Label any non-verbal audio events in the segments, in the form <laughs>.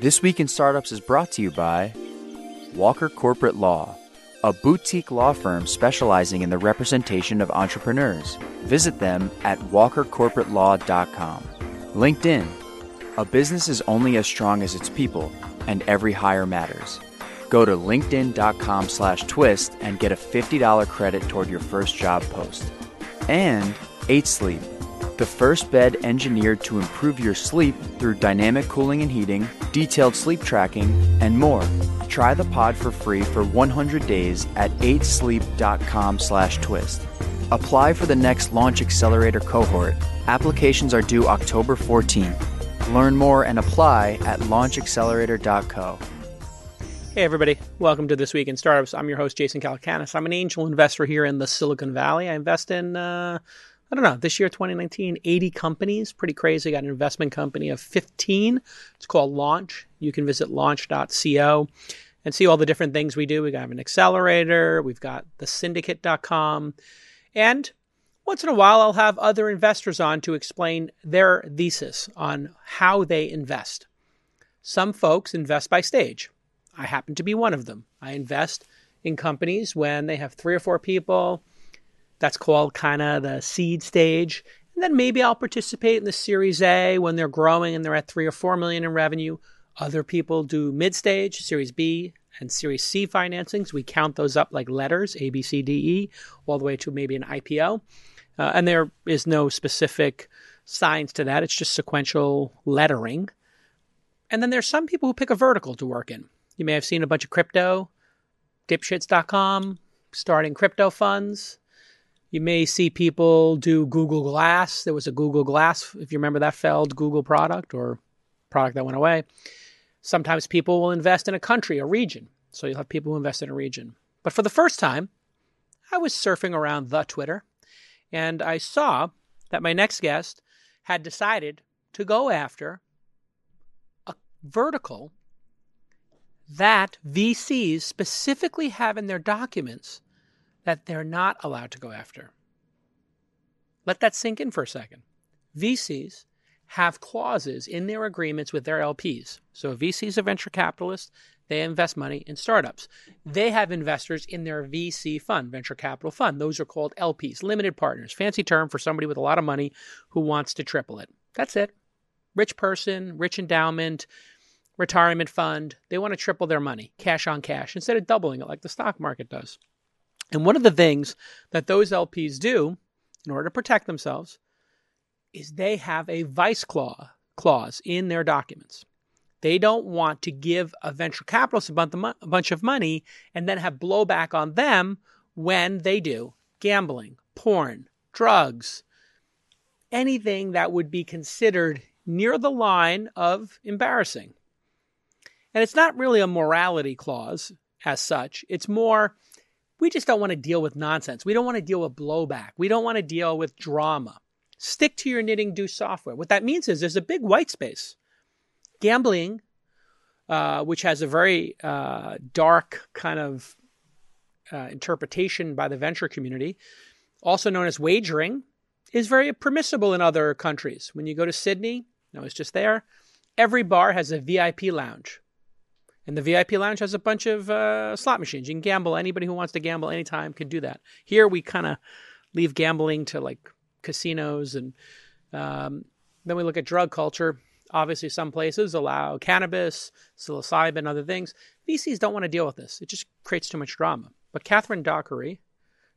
This Week in Startups is brought to you by Walker Corporate Law, a boutique law firm specializing in the representation of entrepreneurs. Visit them at walkercorporatelaw.com. LinkedIn, a business is only as strong as its people, and every hire matters. Go to linkedin.com slash twist and get a $50 credit toward your first job post. And 8 Sleep, the first bed engineered to improve your sleep through dynamic cooling and heating, detailed sleep tracking, and more. Try the pod for free for 100 days at 8sleep.com slash twist. Apply for the next Launch Accelerator cohort. Applications are due October 14th. Learn more and apply at launchaccelerator.co. Hey, everybody. Welcome to This Week in Startups. I'm your host, Jason Calacanis. I'm an angel investor here in the Silicon Valley. I invest in, uh, I don't know, this year, 2019, 80 companies. Pretty crazy. I got an investment company of 15. It's called Launch. You can visit launch.co and see all the different things we do. We have an accelerator, we've got the syndicate.com, and once in a while, I'll have other investors on to explain their thesis on how they invest. Some folks invest by stage. I happen to be one of them. I invest in companies when they have three or four people. That's called kind of the seed stage. And then maybe I'll participate in the Series A when they're growing and they're at three or four million in revenue. Other people do mid stage, Series B, and Series C financings. We count those up like letters A, B, C, D, E, all the way to maybe an IPO. Uh, and there is no specific science to that, it's just sequential lettering. And then there's some people who pick a vertical to work in. You may have seen a bunch of crypto, dipshits.com, starting crypto funds. You may see people do Google Glass. There was a Google Glass, if you remember that failed Google product or product that went away. Sometimes people will invest in a country, a region. So you'll have people who invest in a region. But for the first time, I was surfing around the Twitter and I saw that my next guest had decided to go after a vertical that VCs specifically have in their documents that they're not allowed to go after. Let that sink in for a second. VCs have clauses in their agreements with their LPs. So VCs are venture capitalists, they invest money in startups. They have investors in their VC fund, venture capital fund. Those are called LPs, limited partners. Fancy term for somebody with a lot of money who wants to triple it. That's it. Rich person, rich endowment, retirement fund. They want to triple their money, cash on cash, instead of doubling it like the stock market does. And one of the things that those LPs do in order to protect themselves is they have a vice clause, clause in their documents. They don't want to give a venture capitalist a bunch of money and then have blowback on them when they do gambling, porn, drugs, anything that would be considered near the line of embarrassing. And it's not really a morality clause as such. It's more, we just don't want to deal with nonsense. We don't want to deal with blowback. We don't want to deal with drama. Stick to your knitting, do software. What that means is there's a big white space. Gambling, uh, which has a very uh, dark kind of uh, interpretation by the venture community, also known as wagering, is very permissible in other countries. When you go to Sydney, I was just there, every bar has a VIP lounge. And the VIP lounge has a bunch of uh, slot machines. You can gamble. Anybody who wants to gamble anytime can do that. Here we kind of leave gambling to like casinos, and um, then we look at drug culture. Obviously, some places allow cannabis, psilocybin, other things. VCs don't want to deal with this. It just creates too much drama. But Catherine Dockery,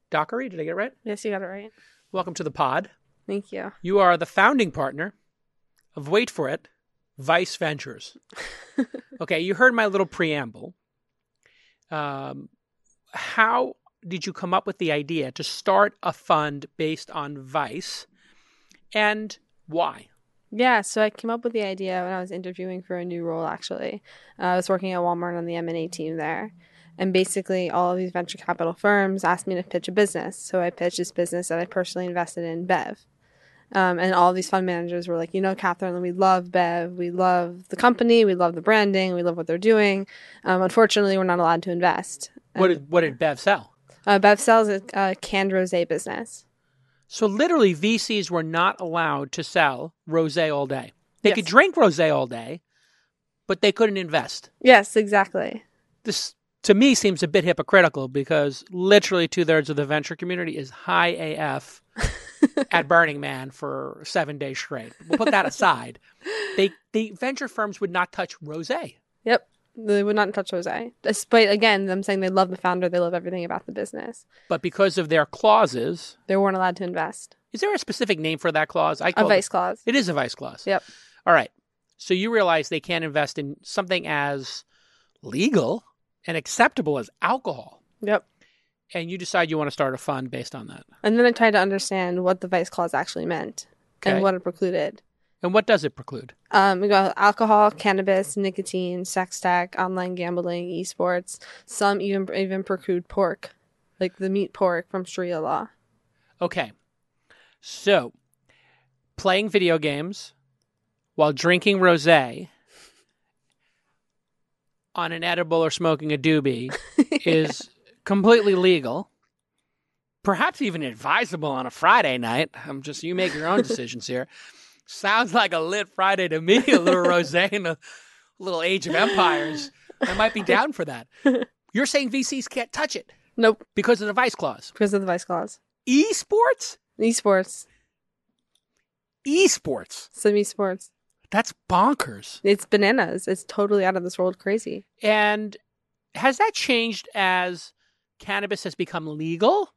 Dockery, did I get it right? Yes, you got it right. Welcome to the pod. Thank you. You are the founding partner of Wait for It, Vice <laughs> Ventures. okay, you heard my little preamble. Um, how did you come up with the idea to start a fund based on Vice and why? Yeah, so I came up with the idea when I was interviewing for a new role. Actually, uh, I was working at Walmart on the M and A team there, and basically all of these venture capital firms asked me to pitch a business. So I pitched this business that I personally invested in, Bev. Um, and all these fund managers were like, you know, Catherine, we love Bev. We love the company. We love the branding. We love what they're doing. Um, unfortunately, we're not allowed to invest. What did, what did Bev sell? Uh, Bev sells a, a canned rose business. So literally, VCs were not allowed to sell rose all day. They Yes. could drink rose all day, but they couldn't invest. Yes, exactly. This to me seems a bit hypocritical because literally two thirds of the venture community is high <laughs> AF at Burning Man for seven days straight. We'll put that aside. They the venture firms would not touch rose. Yep. They would not touch Jose. Despite again them saying they love the founder, they love everything about the business. But because of their clauses They weren't allowed to invest. is there a specific name for that clause? I A call it- vice clause. It is a vice clause. Yep. All right. So you realize they can't invest in something as legal and acceptable as alcohol. Yep. And you decide you want to start a fund based on that. And then I tried to understand what the vice clause actually meant Okay. and what it precluded. And what does it preclude? Um, we got alcohol, cannabis, nicotine, sex tech, online gambling, esports. Some even even preclude pork, like the meat pork from Sharia law. Okay. So playing video games while drinking rose on an edible or smoking a doobie is completely legal. Perhaps even advisable on a Friday night. I'm just you make your own decisions here. Sounds like a lit Friday to me, a little rose and a little Age of Empires. I might be down for that. You're saying VCs can't touch it Nope, because of the vice clause. because of the vice clause. Esports? Esports, Esports. some esports. That's bonkers. It's bananas. It's totally out of this world crazy. And has that changed as cannabis has become legal?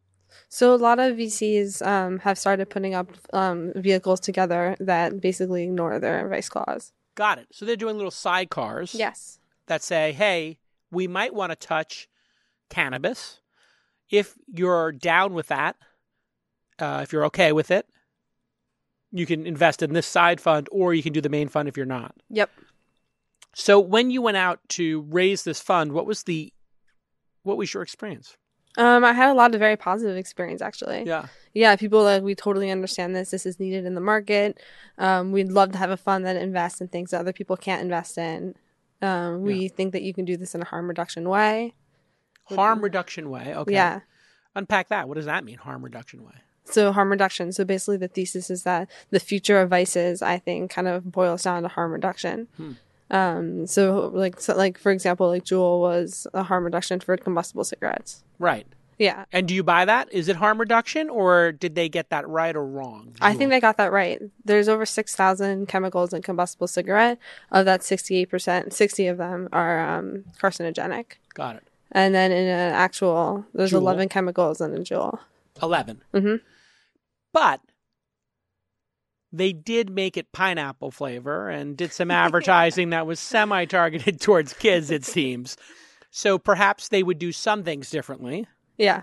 So a lot of VCs um, have started putting up um, vehicles together that basically ignore their vice clause. Got it. So they're doing little sidecars Yes. that say, hey, we might want to touch cannabis. If you're down with that, uh, if you're okay with it, you can invest in this side fund or you can do the main fund if you're not. Yep. So when you went out to raise this fund, what was the what was your experience? Um, I had a lot of very positive experience actually. Yeah. yeah, people like we totally understand this. This is needed in the market. Um, we'd love to have a fund that invests in things that other people can't invest in. Um, we think that you can do this in a harm reduction way. Harm reduction way. Okay. Yeah. Unpack that. What does that mean? Harm reduction way. So harm reduction. So basically, the thesis is that the future of vices, I think, kind of boils down to harm reduction. Hmm. Um, so like, so like for example, like Juul was a harm reduction for combustible cigarettes. Right. Yeah, And do you buy that? Is it harm reduction or did they get that right or wrong? I think they got that right. There's over 6,000 chemicals in combustible cigarette. Of that, 68%, 60 of them are um, carcinogenic. got it. And then in an actual, there's Juul. 11 chemicals in a Juul. 11. hmm But they did make it pineapple flavor and did <laughs> some advertising that was semi targeted <laughs> towards kids, it seems. So perhaps they would do some things differently. Yeah.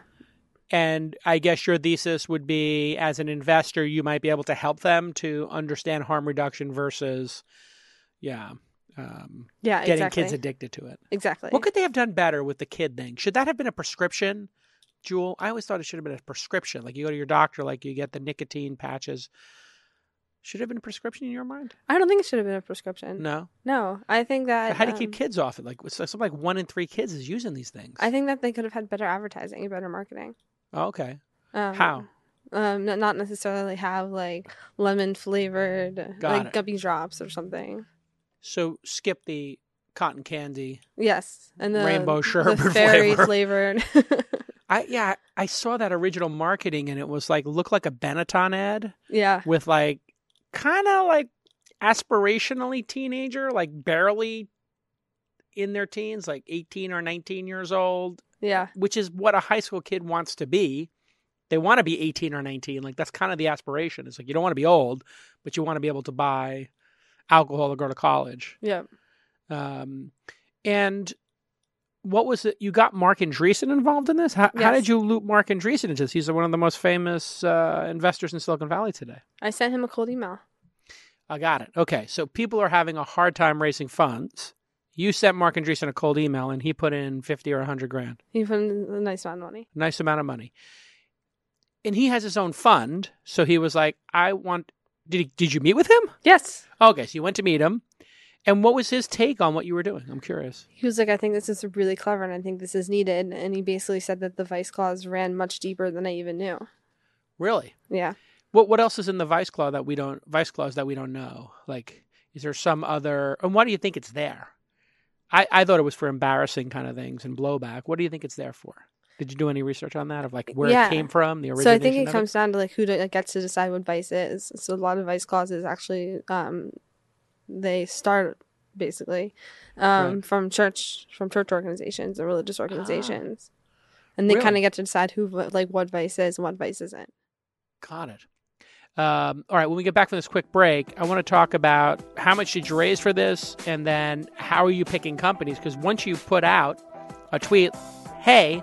And I guess your thesis would be as an investor, you might be able to help them to understand harm reduction versus, yeah, um, Yeah, getting exactly. kids addicted to it. exactly. What could they have done better with the kid thing? Should that have been a prescription, Jewel? I always thought it should have been a prescription. Like you go to your doctor, like you get the nicotine patches. Should it have been a prescription in your mind? I don't think it should have been a prescription. No, No. I think that. How do you keep Mm, um, kids off it? Like so- something like one in three kids is using these things. I think that they could have had better advertising and better marketing. Oh, okay. Um, How? Um, n- not necessarily have like lemon flavored, Got like it. gummy drops or something. So skip the cotton candy. Yes, and the Rainbow the sherbet <laughs> fairy flavored. <laughs> I yeah, I saw that original marketing and it was like looked like a Benetton ad yeah, with like kind of like aspirationally teenager, like barely in their teens, like 18 or 19 years old, yeah, which is what a high school kid wants to be. They want to be 18 or 19. Like that's kind of the aspiration. It's like you don't want to be old, but you want to be able to buy alcohol to go to college. yeah. Um, and what was it? You got Mark Andreessen involved in this? How, how Yes. did you loop Mark Andreessen into this? He's one of the most famous uh, investors in Silicon Valley today. I sent him a cold email. I got it. Okay. So people are having a hard time raising funds. You sent Mark Andreessen a cold email and he put in 50 or 100 grand. He put in a nice amount of money. Nice amount of money. And he has his own fund. So he was like, I want. Did, he, did you meet with him? Yes. Okay. So you went to meet him. And what was his take on what you were doing? I'm curious. He was like, I think this is really clever and I think this is needed. And he basically said that the vice clause ran much deeper than I even knew. Really? Yeah. What what else is in the vice clause that we don't vice clause that we don't know? Like, is there some other? And why do you think it's there? I, I thought it was for embarrassing kind of things and blowback. What do you think it's there for? Did you do any research on that of like where Yeah. it came from, the origination? So I think it of comes down to like who do, like, gets to decide what vice is. So a lot of vice clauses actually, um, they start basically um, from church from church organizations and religious organizations, and Ah. they Really? kind of get to decide who vi- like what vice is and what vice isn't. Got it. Um, all right, when we get back from this quick break, I want to talk about how much did you raise for this, and then how are you picking companies? Because once you put out a tweet, hey,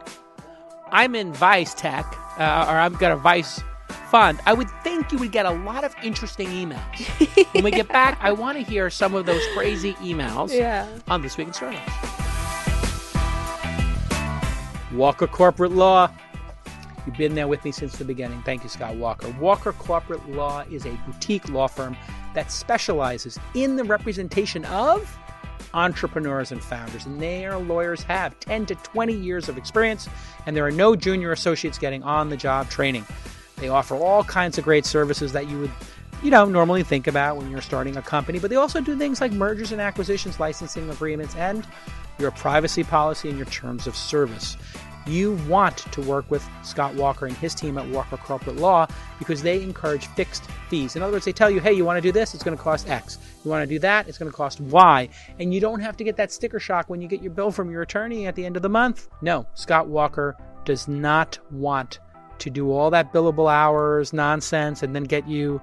I'm in Vice Tech, uh, or I've got a Vice fund, I would think you would get a lot of interesting emails. when we get back, I want to hear some of those crazy emails Yeah. on This Week in Startups. Walker Corporate Law. You've been there with me since the beginning. Thank you, Scott Walker. Walker Corporate Law is a boutique law firm that specializes in the representation of entrepreneurs and founders. And their lawyers have 10 to 20 years of experience, and there are no junior associates getting on the job training. They offer all kinds of great services that you would, you know, normally think about when you're starting a company, but they also do things like mergers and acquisitions, licensing agreements, and your privacy policy and your terms of service. You want to work with Scott Walker and his team at Walker Corporate Law because they encourage fixed fees. In other words, they tell you, hey, you want to do this? It's going to cost X. You want to do that? It's going to cost Y. And you don't have to get that sticker shock when you get your bill from your attorney at the end of the month. No, Scott Walker does not want to do all that billable hours nonsense and then get you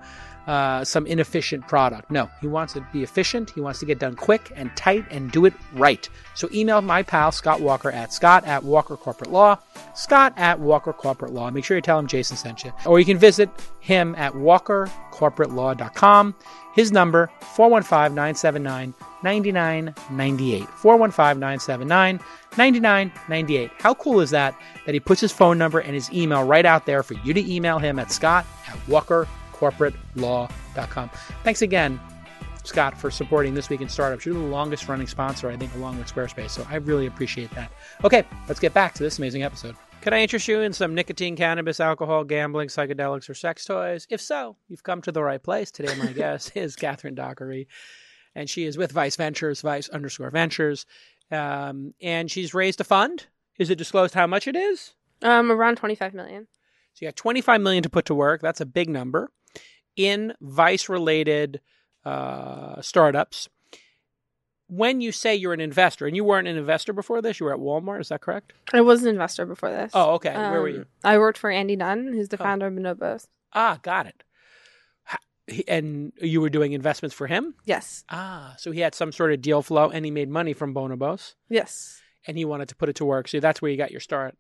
uh, some inefficient product. No, he wants to be efficient. He wants to get done quick and tight and do it right. So email my pal Scott Walker at Scott at Walker Corporate Law, Scott at Walker Corporate Law. Make sure you tell him Jason sent you. Or you can visit him at walkercorporatelaw.com. His number 415 979 9998. 415 979 9998. How cool is that? That he puts his phone number and his email right out there for you to email him at Scott at walkercorporatelaw.com. Thanks again, Scott, for supporting This Week in Startups. You're the longest running sponsor, I think, along with Squarespace. So I really appreciate that. Okay, let's get back to this amazing episode. Can I interest you in some nicotine, cannabis, alcohol, gambling, psychedelics, or sex toys? If so, you've come to the right place. Today, <laughs> my guest is Catherine Dockery, and she is with Vice Ventures, Vice underscore Ventures, um, and she's raised a fund. Is it disclosed how much it is? Um, around twenty five million. So you got 25 million to put to work. That's a big number in vice related uh, startups. When you say you're an investor, and you weren't an investor before this, you were at Walmart, is that correct? I was an investor before this. Oh, okay. Where were Um, you? I worked for Andy Dunn, who's the Oh. founder of Bonobos. Ah, got it. Ha- he- And you were doing investments for him? Yes. Ah, so he had some sort of deal flow and he made money from Bonobos Yes. and he wanted to put it to work. So that's where you got your start.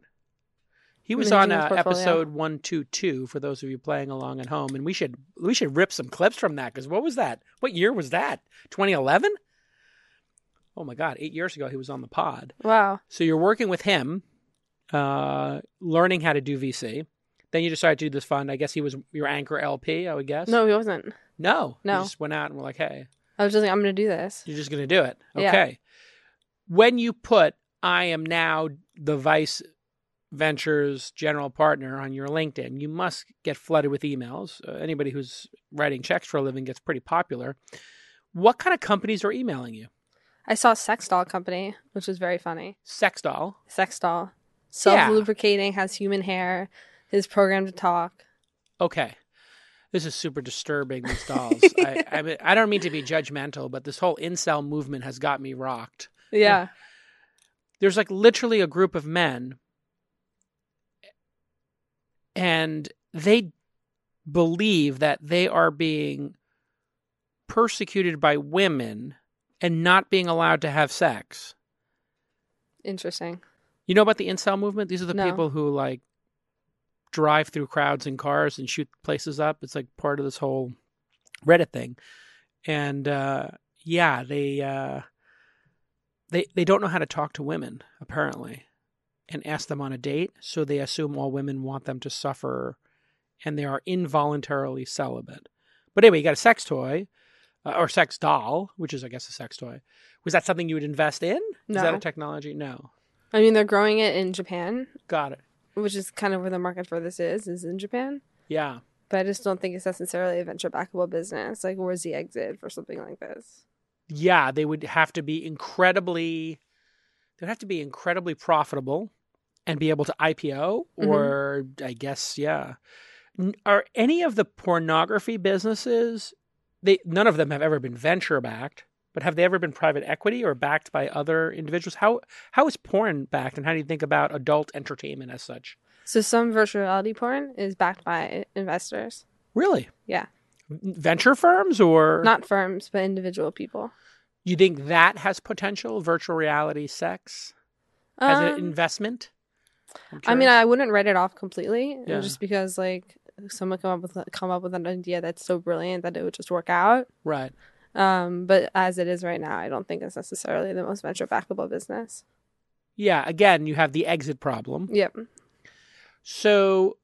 He was Managing on his uh, portfolio. episode 122 for those of you playing along at home and we should we should rip some clips from that cuz what was that? What year was that? 2011? Oh my god, 8 years ago he was on the pod. Wow. So you're working with him uh learning how to do VC. Then you decided to do this fund. I guess he was your anchor LP, I would guess. No, he wasn't. No. No. You just went out and were like, "Hey, I was just like, I'm going to do this. you're just going to do it. Yeah. Okay. When you put I am now the Vice Ventures general partner on your LinkedIn, you must get flooded with emails. Uh, anybody who's writing checks for a living gets pretty popular. What kind of companies are emailing you? I saw Sex Doll Company, which was very funny. Sex doll. Sex Doll. Self lubricating, has human hair, is programmed to talk. Okay. This is super disturbing, these dolls. I, I, mean, I don't mean to be judgmental, but this whole incel movement has got me rocked. Yeah. there's like literally a group of men and they believe that they are being persecuted by women and not being allowed to have sex. Interesting. You know about the incel movement? These are the No. people who like drive through crowds in cars and shoot places up. It's like part of this whole Reddit thing. And uh yeah, they uh they they don't know how to talk to women, apparently, and ask them on a date, so they assume all women want them to suffer and they are involuntarily celibate. But anyway, you got a sex toy uh, or sex doll, which is I guess a sex toy. Was that something you would invest in? Is that No. a technology? No. I mean, they're growing it in Japan, Got it. which is kind of where the market for this is, is in Japan. Yeah. But I just don't think it's necessarily a venture backable business. Like, where's the exit for something like this? yeah, they would have to be incredibly they would have to be incredibly profitable and be able to IPO Mm-hmm. or I guess yeah. N- Are any of the pornography businesses they none of them have ever been venture backed, but have they ever been private equity or backed by other individuals? How how is porn backed and how do you think about adult entertainment as such? So some virtual reality porn is backed by investors, Really? Yeah. Venture firms or not firms, but individual people. you think that has potential virtual reality sex as an Um, investment? I'm I mean, curious. I wouldn't write it off completely, uh, Yeah. just because like someone come up with come up with an idea that's so brilliant that it would just work out. right. Um, but as it is right now, I don't think it's necessarily the most venture backable business. Yeah, again, you have the exit problem. Yep. So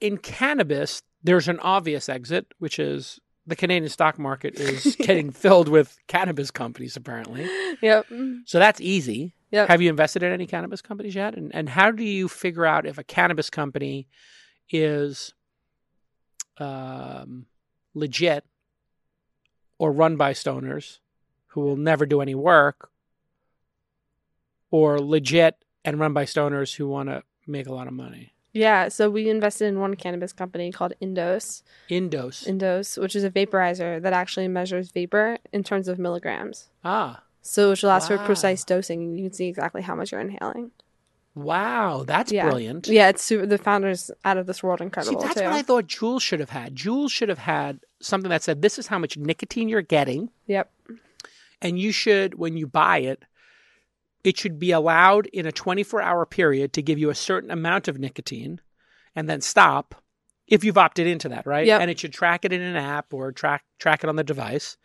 in cannabis, there's an obvious exit, which is the Canadian stock market <laughs> is getting filled with cannabis companies, apparently. Yep. So that's easy. Yep. Have you invested in any cannabis companies yet? And and how do you figure out if a cannabis company is um, legit or run by stoners who will never do any work, or legit and run by stoners who want to make a lot of money? Yeah. So we invested in one cannabis company called Indos, Indos. Indos, which is a vaporizer that actually measures vapor in terms of milligrams. ah, So which allows Wow. for precise dosing. You can see exactly how much you're inhaling. wow, that's Yeah. brilliant. Yeah, it's super, the founders out of this world See, incredible that's too. what I thought Juul should have had. Juul should have had something that said, "This is how much nicotine you're getting." Yep. and you should when you buy it it should be allowed in a 24 hour period to give you a certain amount of nicotine and then stop if you've opted into that right Yep. and it should track it in an app or track track it on the device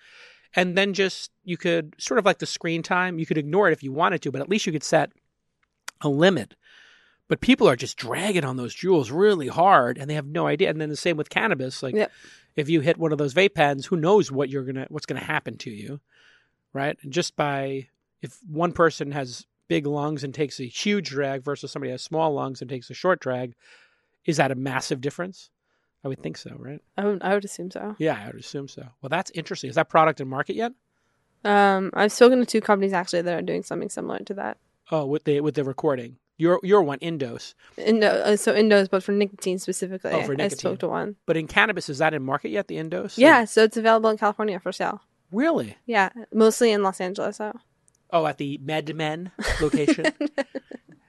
and then just you could sort of like the screen time you could ignore it if you wanted to but at least you could set a limit but people are just dragging on those jewels really hard and they have no idea and then the same with cannabis like Yep. if you hit one of those vape pens who knows what you're gonna what's gonna happen to you right? And just by if one person has big lungs and takes a huge drag versus somebody has small lungs and takes a short drag, is that a massive difference? I would think so, right? I would, I would assume so. Yeah, I would assume so. Well, that's interesting. Is that product in market yet? Um, I've spoken to two companies actually that are doing something similar to that. Oh, with the with the recording, your your one Indos, Indo, uh, so Indos, but for nicotine specifically. Oh, for I nicotine. spoke to one. but in cannabis, is that in market yet? The Indos? Yeah, so it's available in California for sale. really? Yeah, mostly in Los Angeles. So Oh, at the MedMen location.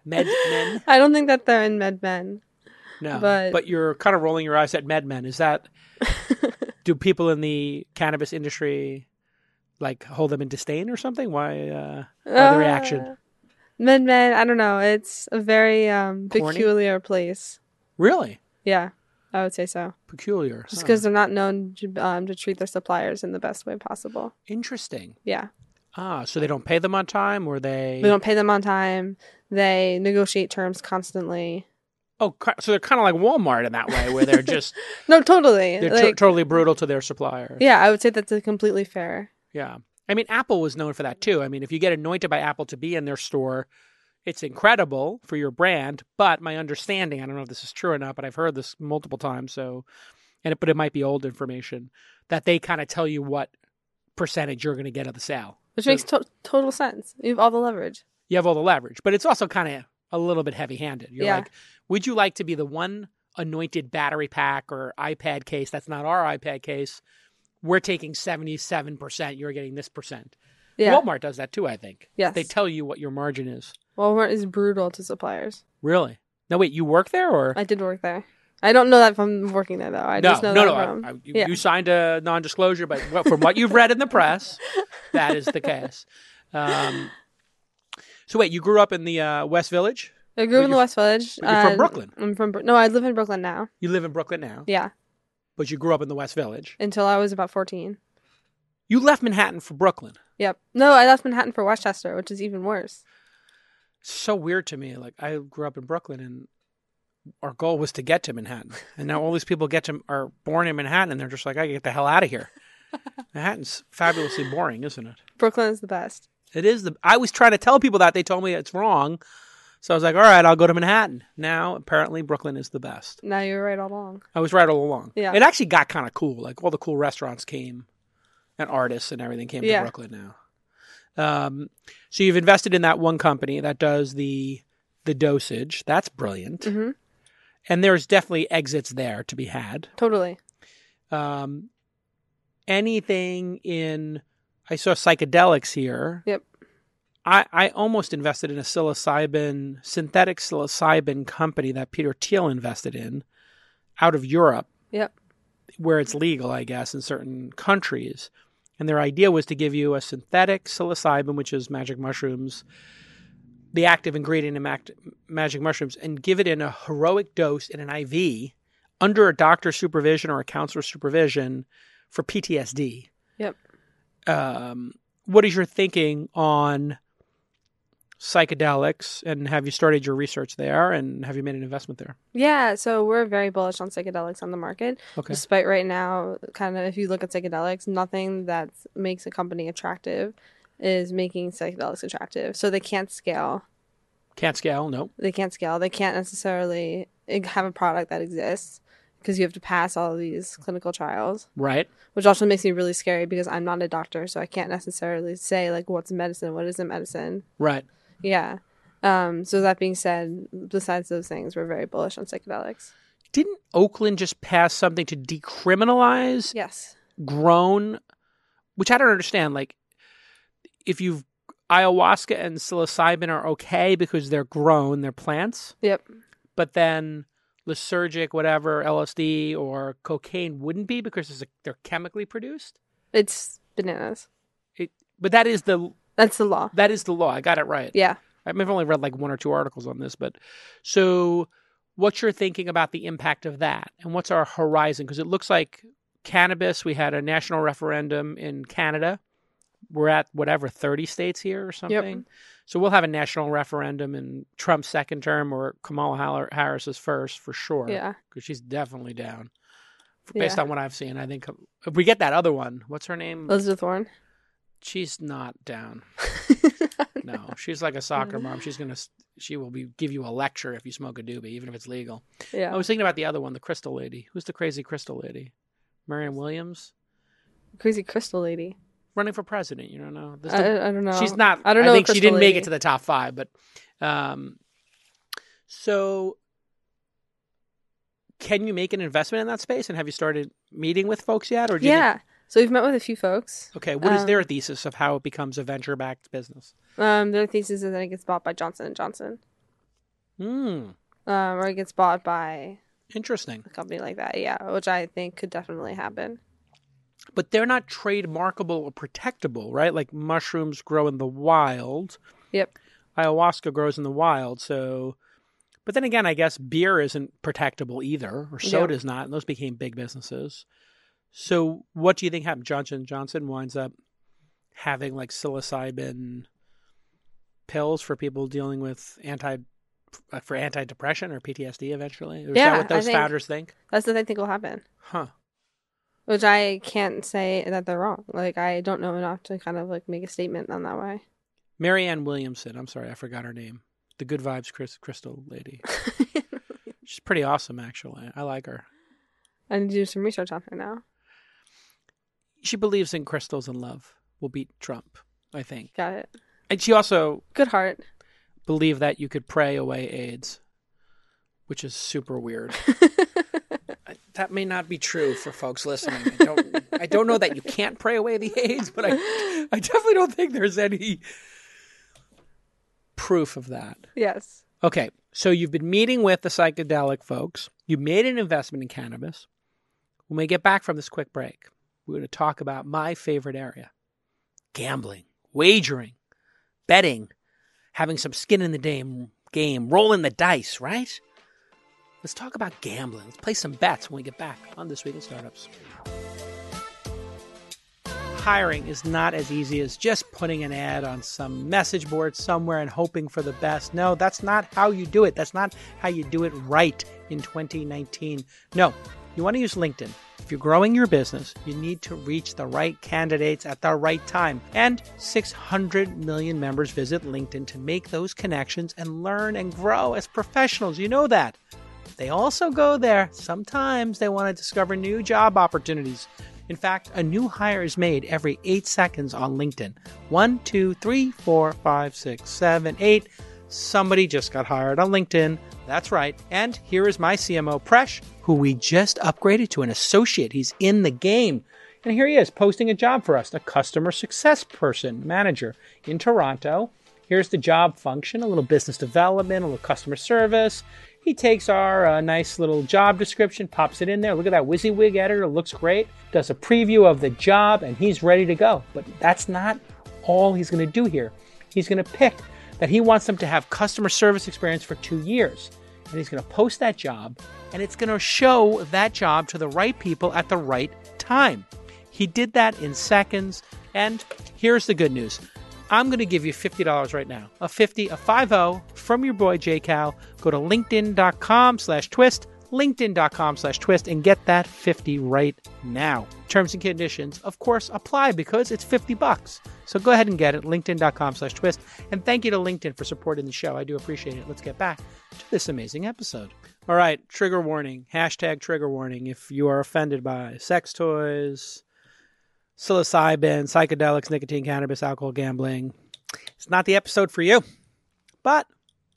MedMen. I don't think that they're in MedMen. No, but, But- you're kind of rolling your eyes at MedMen. Is <laughs> that do people in the cannabis industry like hold them in disdain or something? Why? Uh, the reaction. MedMen, I don't know. It's a very um, Corny? peculiar place. really Yeah, I would say so. peculiar. Just huh. because they're not known to, um, to treat their suppliers in the best way possible. interesting. Yeah, Ah, so they don't pay them on time, or they, we don't pay them on time. They negotiate terms constantly. oh, ki- so they're kind of like Walmart in that way, where <laughs> they're just No, totally. they're to- like, totally brutal to their supplier. yeah, I would say that's a completely fair. Yeah. I mean, Apple was known for that too. I mean, if you get anointed by Apple to be in their store, it's incredible for your brand. But my understanding, I don't know if this is true or not, but I've heard this multiple times. So, and it, but it might be old information that they kind of tell you what percentage you're going to get of the sale. Which So makes to- total sense. You have all the leverage. you have all the leverage, but it's also kind of a little bit heavy handed. You're Yeah. like, would you like to be the one anointed battery pack or iPad case that's not our iPad case? We're taking 77%, you're getting this percent. Yeah. Walmart does that too, I think. Yes. They tell you what your margin is. Walmart is brutal to suppliers. Really? No, wait, you work there or? I did work there. I don't know that from working there though. I no, just know no, that no. I- from I- you, yeah. you signed a non disclosure, but what- from what you've read in the <laughs> press, that is the case. Um, so, wait, you grew up in the uh, West Village? I grew but up in the you're- West Village. but you're from uh, Brooklyn. I'm from Bro- no, I live in Brooklyn now. You live in Brooklyn now, Yeah, but you grew up in the West Village. until I was about 14. You left Manhattan for Brooklyn. Yep. No, I left Manhattan for Westchester, which is even worse. So weird to me. Like, I grew up in Brooklyn and our goal was to get to Manhattan. And now all these people get to are born in Manhattan and they're just like, I gotta get the hell out of here. Manhattan's fabulously boring, isn't it? Brooklyn is the best. It is the. I was trying to tell people that they told me it's wrong, so I was like, "All right, I'll go to Manhattan." Now, apparently, Brooklyn is the best. Now you're right all along. I was right all along. Yeah. It actually got kind of cool. Like all the cool restaurants came and artists and everything came Yeah. to Brooklyn now. Um, so you've invested in that one company that does the the dosage. That's brilliant, hmm and there's definitely exits there to be had. Totally. Um, anything in I saw psychedelics here. Yep. I, I almost invested in a psilocybin synthetic psilocybin company that Peter Thiel invested in out of Europe Yep. where it's legal, I guess, in certain countries. And their idea was to give you a synthetic psilocybin, which is magic mushrooms, the active ingredient in mac- magic mushrooms, and give it in a heroic dose in an IV under a doctor's supervision or a counselor's supervision for PTSD. Yep. Um, what is your thinking on psychedelics? And have you started your research there? And have you made an investment there? Yeah, so we're very bullish on psychedelics on the market. Okay. Despite right now, kind of, if you look at psychedelics, nothing that makes a company attractive is making psychedelics attractive. So they can't scale. Can't scale? No. They can't scale. They can't necessarily e, have a product that exists because you have to pass all these clinical trials, Right. which also makes me really scary because I'm not a doctor, so I can't necessarily say like what's medicine, what isn't medicine. Right. Yeah. Um, so that being said, besides those things, we're very bullish on psychedelics. didn't Oakland just pass something to decriminalize Yes. grown, which I don't understand. Like, if you've ayahuasca and psilocybin are okay because they're grown, they're plants, Yep. but then lysergic, whatever LSD or cocaine wouldn't be because it's a, they're chemically produced. It's bananas. But that is the That's the law. that is the law. I got it right. Yeah. I mean, I've only read like one or two articles on this, but so what you're thinking about the impact of that and what's our horizon? Because it looks like cannabis, we had a national referendum in Canada. We're at whatever, 30 states here or something. So we'll have a national referendum in Trump's second term or Kamala Hall- Harris's first for sure. Yeah. Because she's definitely down. Based Yeah. on what I've seen, I think if we get that other one, what's her name? Elizabeth Warren. <laughs> She's not down. No, she's like a Mm. soccer mom. She's gonna, she will be give you a lecture if you smoke a doobie, even if it's legal. I yeah. was thinking about the other one, the crystal lady. Who's the crazy crystal lady? Marion Williams Crazy crystal lady. running for president. You don't know. This I, the- I don't know. She's not. I I don't don't know think she crystal didn't make lady. it to the top five, but um, so can you make an investment in that space? And have you started meeting with folks yet? Or do you Yeah. so we've met with a few folks. Think, okay. What is their Um, thesis of how it becomes a venture backed business? Um, their thesis is that it gets bought by Johnson and Johnson, Hmm. um, or it gets bought by Interesting. a company like that. Yeah, which I think could definitely happen. but they're not trademarkable or protectable, right? Like mushrooms grow in the wild. Yep. Ayahuasca grows in the wild, so but then again, I guess beer isn't protectable either, or Yeah. soda's not, and those became big businesses. So what do you think happened? Johnson Johnson winds up having like psilocybin pills for people dealing with anti uh, for antidepressant or PTSD eventually. Is Yeah, that what I those think- founders think? That's what I think will happen. Huh. Which I can't say that they're wrong. Like I don't know enough to kind of like make a statement on that way. Marianne Williamson. I'm sorry, I forgot her name. The Good Vibes Chris, Crystal Lady. She's pretty awesome, actually. I like her. I need to do some research on her now. She believes in crystals and love will beat Trump, I think. Got it. And she also Good heart. believed that you could pray away AIDS, which is super weird. I- that may not be true for folks listening. I don't, I don't know that you can't pray away the AIDS, but I, I definitely don't think there's any proof of that. Yes. Okay, so you've been meeting with the psychedelic folks. You made an investment in cannabis. When we get back from this quick break, we're going to talk about my favorite area gambling, wagering, betting, having some skin in the game, game rolling the dice, right? Let's talk about gambling. Let's play some bets when we get back on This Week in Startups. Hiring is not as easy as just putting an ad on some message board somewhere and hoping for the best. No, that's not how you do it. That's not how you do it right in 2019. No, you want to use LinkedIn. If you're growing your business, you need to reach the right candidates at the right time. And 600 million members visit LinkedIn to make those connections and learn and grow as professionals. You know that. They also go there. Sometimes they want to discover new job opportunities. In fact, a new hire is made every eight seconds on LinkedIn. One, two, three, four, five, six, seven, eight. Somebody just got hired on LinkedIn. That's right. And here is my CMO, Presh, who we just upgraded to an associate. He's in the game. And here he is posting a job for us, a customer success person, manager in Toronto. Here's the job function a little business development, a little customer service. He takes our uh, nice little job description, pops it in there. Look at that WYSIWYG editor, looks great. Does a preview of the job, and he's ready to go. But that's not all he's going to do here. He's going to pick that he wants them to have customer service experience for two years. And he's going to post that job, and it's going to show that job to the right people at the right time. He did that in seconds. And here's the good news I'm going to give you $50 right now. A 50, a 50 from your boy J Cal. Go to linkedin.com slash twist, linkedin.com slash twist, and get that 50 right now. Terms and conditions, of course, apply because it's 50 bucks. So go ahead and get it, linkedin.com slash twist. And thank you to LinkedIn for supporting the show. I do appreciate it. Let's get back to this amazing episode. All right, trigger warning, hashtag trigger warning. If you are offended by sex toys, psilocybin, psychedelics, nicotine, cannabis, alcohol, gambling. It's not the episode for you. But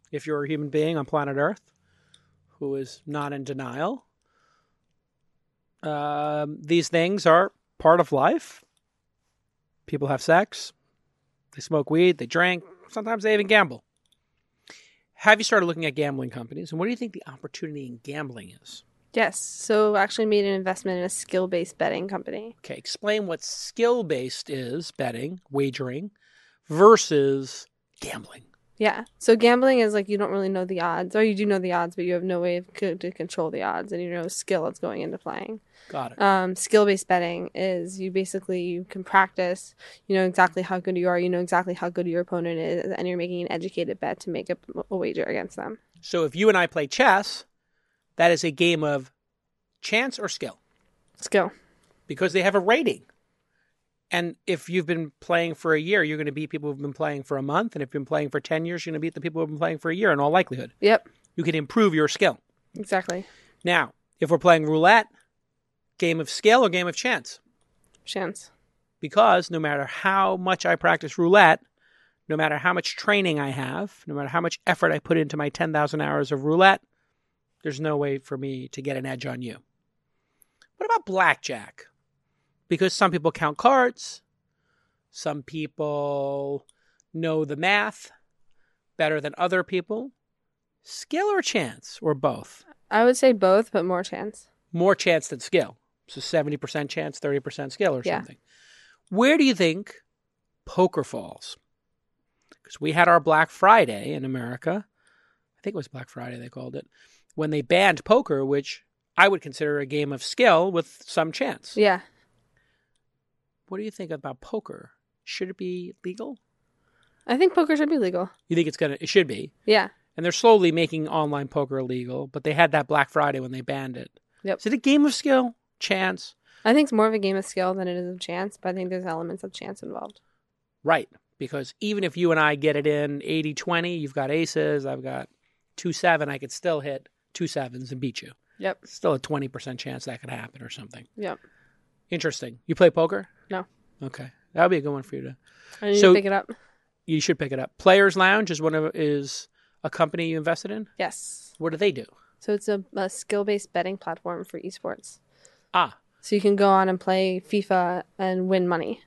if you're a human being on planet Earth who is not in denial, um, these things are part of life. People have sex, they smoke weed, they drink, sometimes they even gamble. Have you started looking at gambling companies? And what do you think the opportunity in gambling is? Yes. So I actually made an investment in a skill based betting company. Okay, explain what skill based is betting, wagering, versus gambling. Yeah. So gambling is like you don't really know the odds, or you do know the odds, but you have no way of c- to control the odds, and you know skill that's going into playing. Got it. Um, skill based betting is you basically you can practice. You know exactly how good you are. You know exactly how good your opponent is, and you're making an educated bet to make a, a wager against them. So if you and I play chess, that is a game of chance or skill Skill. because they have a rating. And if you've been playing for a year, you're going to beat people who've been playing for a month. And if you've been playing for 10 years, you're going to beat the people who've been playing for a year in all likelihood. Yep. You can improve your skill. Exactly. Now, if we're playing roulette, game of skill or game of chance? Chance. because no matter how much I practice roulette, no matter how much training I have, no matter how much effort I put into my 10,000 hours of roulette, there's no way for me to get an edge on you. What about blackjack? Because some people count cards, some people know the math better than other people. Skill or chance, or both? I would say both, but more chance. more chance than skill. So 70% chance, 30% skill or Yeah. something. Where do you think poker falls? Because we had our Black Friday in America. I think it was Black Friday they called it. When they banned poker, which I would consider a game of skill with some chance. Yeah. What do you think about poker? Should it be legal? I think poker should be legal. You think it's going to, it should be. Yeah. And they're slowly making online poker illegal, but they had that Black Friday when they banned it. Yep. Is it a game of skill, chance, I think it's more of a game of skill than it is of chance, but I think there's elements of chance involved. Right. Because even if you and I get it in 80 20, you've got aces, I've got 2 7, I could still hit two sevens and beat you. Yep. Still a 20% chance that could happen or something. Yep. Interesting. You play poker? No. Okay. That would be a good one for you to. I need So- to pick it up. You should pick it up. Players Lounge is one of is a company you invested in. Yes. What do they do? So it's a, a skill based betting platform for esports. Ah, So you can go on and play FIFA and win money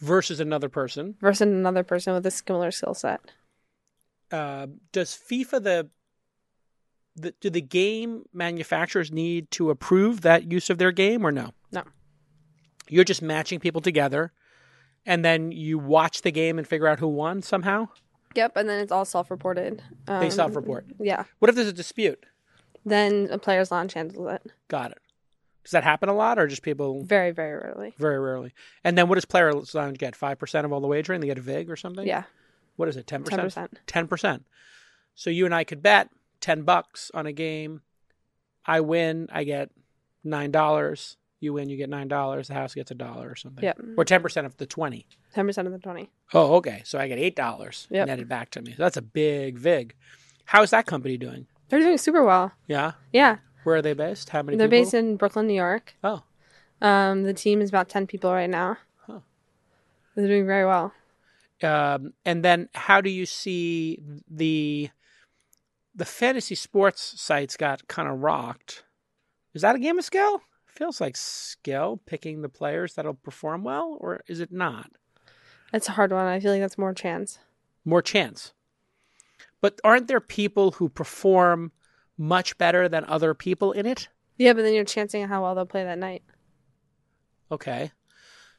versus another person. versus another person with a similar skill set. Uh, does FIFA the, the do the game manufacturers need to approve that use of their game or no? No. You're just matching people together, and then you watch the game and figure out who won somehow. Yep. And then it's all self reported. Um, They self-report. Yeah. What if there's a dispute? Then a player's launch handles it Got it. Does that happen a lot, or just people very, very rarely. very rarely? And then what does player lounge get? Five percent of all the wagering. They get a vig or something. Yeah. What is it? Ten percent. 10%. Ten percent. So you and I could bet ten bucks on a game. I win, I get nine dollars. You win, you get nine dollars. The house gets a dollar or something. Yep. Or ten percent of the twenty. 10% of the 20. Oh, okay. So I get eight dollars Yep. netted back to me. That's a big vig. How is that company doing? They're doing super well. Yeah. Yeah. Where are they based? How many They're people? based in Brooklyn, New York. oh. Um, the team is about 10 people right now. Huh. They're doing very well. um, and then how do you see the the fantasy sports sites got kind of rocked? Is that a game of skill? Feels like skill picking the players that'll perform well, or is it not? That's a hard one. I feel like that's more chance. More chance. But aren't there people who perform much better than other people in it? Yeah, but then you're chancing on how well they'll play that night. Okay.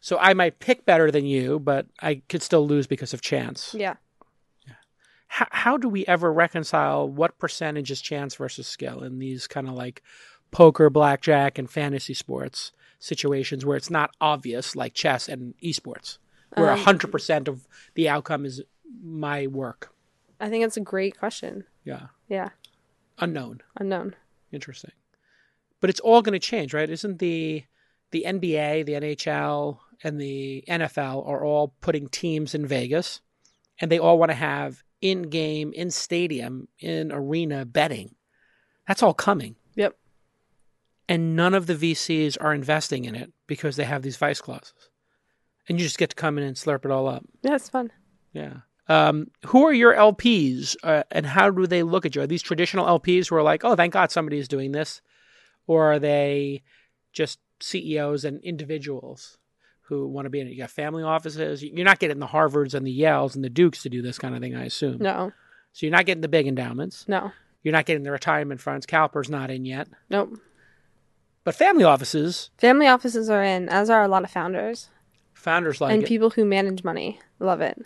So I might pick better than you, but I could still lose because of chance. Yeah. how, how do we ever reconcile what percentage is chance versus skill in these kind of like poker, blackjack, and fantasy sports situations where it's not obvious, like chess and esports, where a Um, 100% of the outcome is my work? I think that's a great question. Yeah. Yeah. Unknown. Unknown. Interesting. But it's all going to change, right? Isn't the the NBA, the NHL, and the NFL are all putting teams in Vegas, and they all want to have in-game, in stadium, in arena betting. That's all coming, Yep. and none of the VCs are investing in it because they have these vice clauses, and you just get to come in and slurp it all up. Yeah, it's fun. Yeah. Um, who are your LPs uh, and how do they look at you? Are these traditional LPs who are like, oh, thank God somebody is doing this? Or are they just CEOs and individuals who want to be in it? You got family offices. You're not getting the Harvards and the Yales and the Dukes to do this kind of thing, I assume. No. So you're not getting the big endowments. No. You're not getting the retirement funds. CalPERS not in yet. Nope. But family offices, Family offices are in, as are a lot of founders founders like and it. people who manage money. Love it.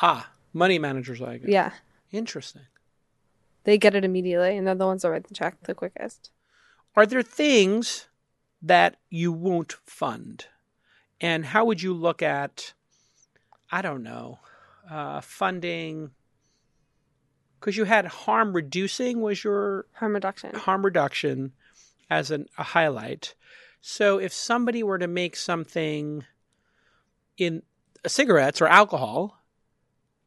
ah, money managers like it. Yeah. Interesting. They get it immediately, and they're the ones that write the check the quickest. are there things that you won't fund? And how would you look at, I don't know, uh, funding? Because you had harm reducing was your Harm reduction. harm reduction as an, a highlight. So if somebody were to make something in cigarettes or alcohol,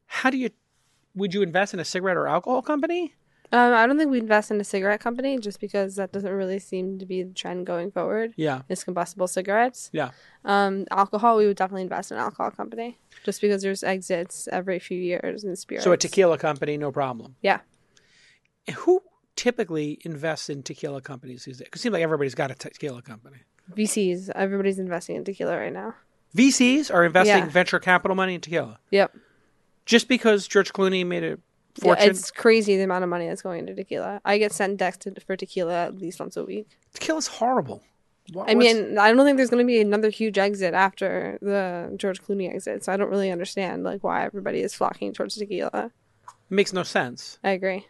how do you would you invest in a cigarette or alcohol company? Um, I don't think we invest in a cigarette company just because that doesn't really seem to be the trend going forward. Yeah. Is combustible cigarettes. Yeah. Um, alcohol, we would definitely invest in an alcohol company just because there's exits every few years in spirits. So a tequila company, no problem. Yeah. who typically invests in tequila companies these days? 'Cause It seems like everybody's got a tequila company. VCs, everybody's investing in tequila right now. VCs are investing Yeah. venture capital money in tequila. Yep. Just because George Clooney made a Yeah, fortune, it's crazy the amount of money that's going into tequila. I get sent decks to, for tequila at least once a week. tequila's horrible. Wha- I what's- mean, I don't think there's going to be another huge exit after the George Clooney exit, so I don't really understand like why everybody is flocking towards tequila. it makes no sense. I agree.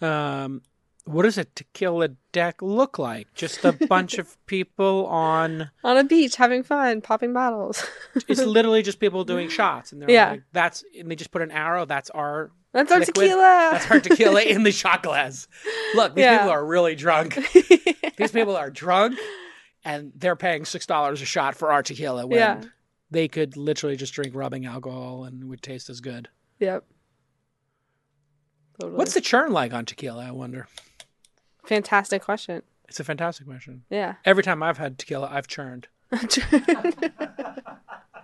Um, what does a tequila deck look like? Just <laughs> a bunch of people on. On a beach, having fun, popping bottles. <laughs> It's literally just people doing shots, and they're Yeah. like, "That's," and they just put an arrow. That's our That's our liquid. tequila. That's our <laughs> tequila in the shot glass. Look, these Yeah. people are really drunk. <laughs> These people are drunk and they're paying six dollars a shot for our tequila when Yeah. they could literally just drink rubbing alcohol and it would taste as good. yep. Totally. What's the churn like on tequila, I wonder? fantastic question? It's a fantastic question. Yeah. <laughs> Every time I've had tequila, I've churned.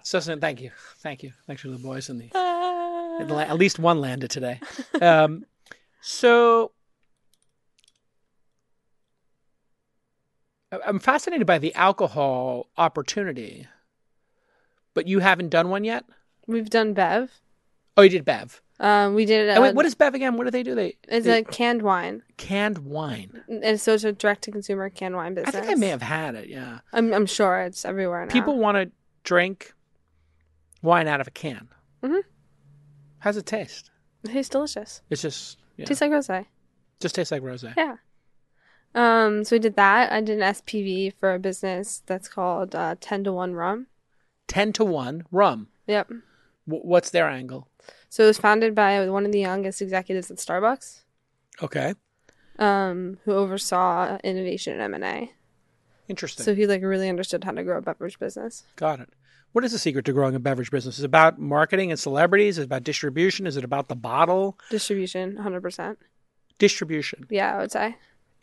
So so thank you. Thank you. Thanks to the boys and the It la- At least one landed today. Um, so I- I'm fascinated by the alcohol opportunity, but you haven't done one yet. We've done Bev. Oh, you did Bev. Um, we did it. And wait, on- what is Bev again? What do they do? They It's they- a canned wine, canned wine. and so it's a direct to consumer canned wine I business. think I may have had it. Yeah, I'm, I'm sure it's everywhere now. people want to drink wine out of a can. Mhm. How's it taste? it tastes delicious. It's just yeah, Tastes like rosé. just tastes like rosé. Yeah. Um. So we did that. I did an SPV for a business that's called uh, Ten to One Rum. Ten to one rum. Yep. W- what's their angle? So it was founded by one of the youngest executives at Starbucks, Okay. um, who oversaw innovation and M and A. Interesting. So he like really understood how to grow a beverage business. Got it. What is the secret to growing a beverage business? Is it about marketing and celebrities? Is it about distribution? Is it about the bottle? Distribution, hundred percent. Distribution. Yeah, I would say.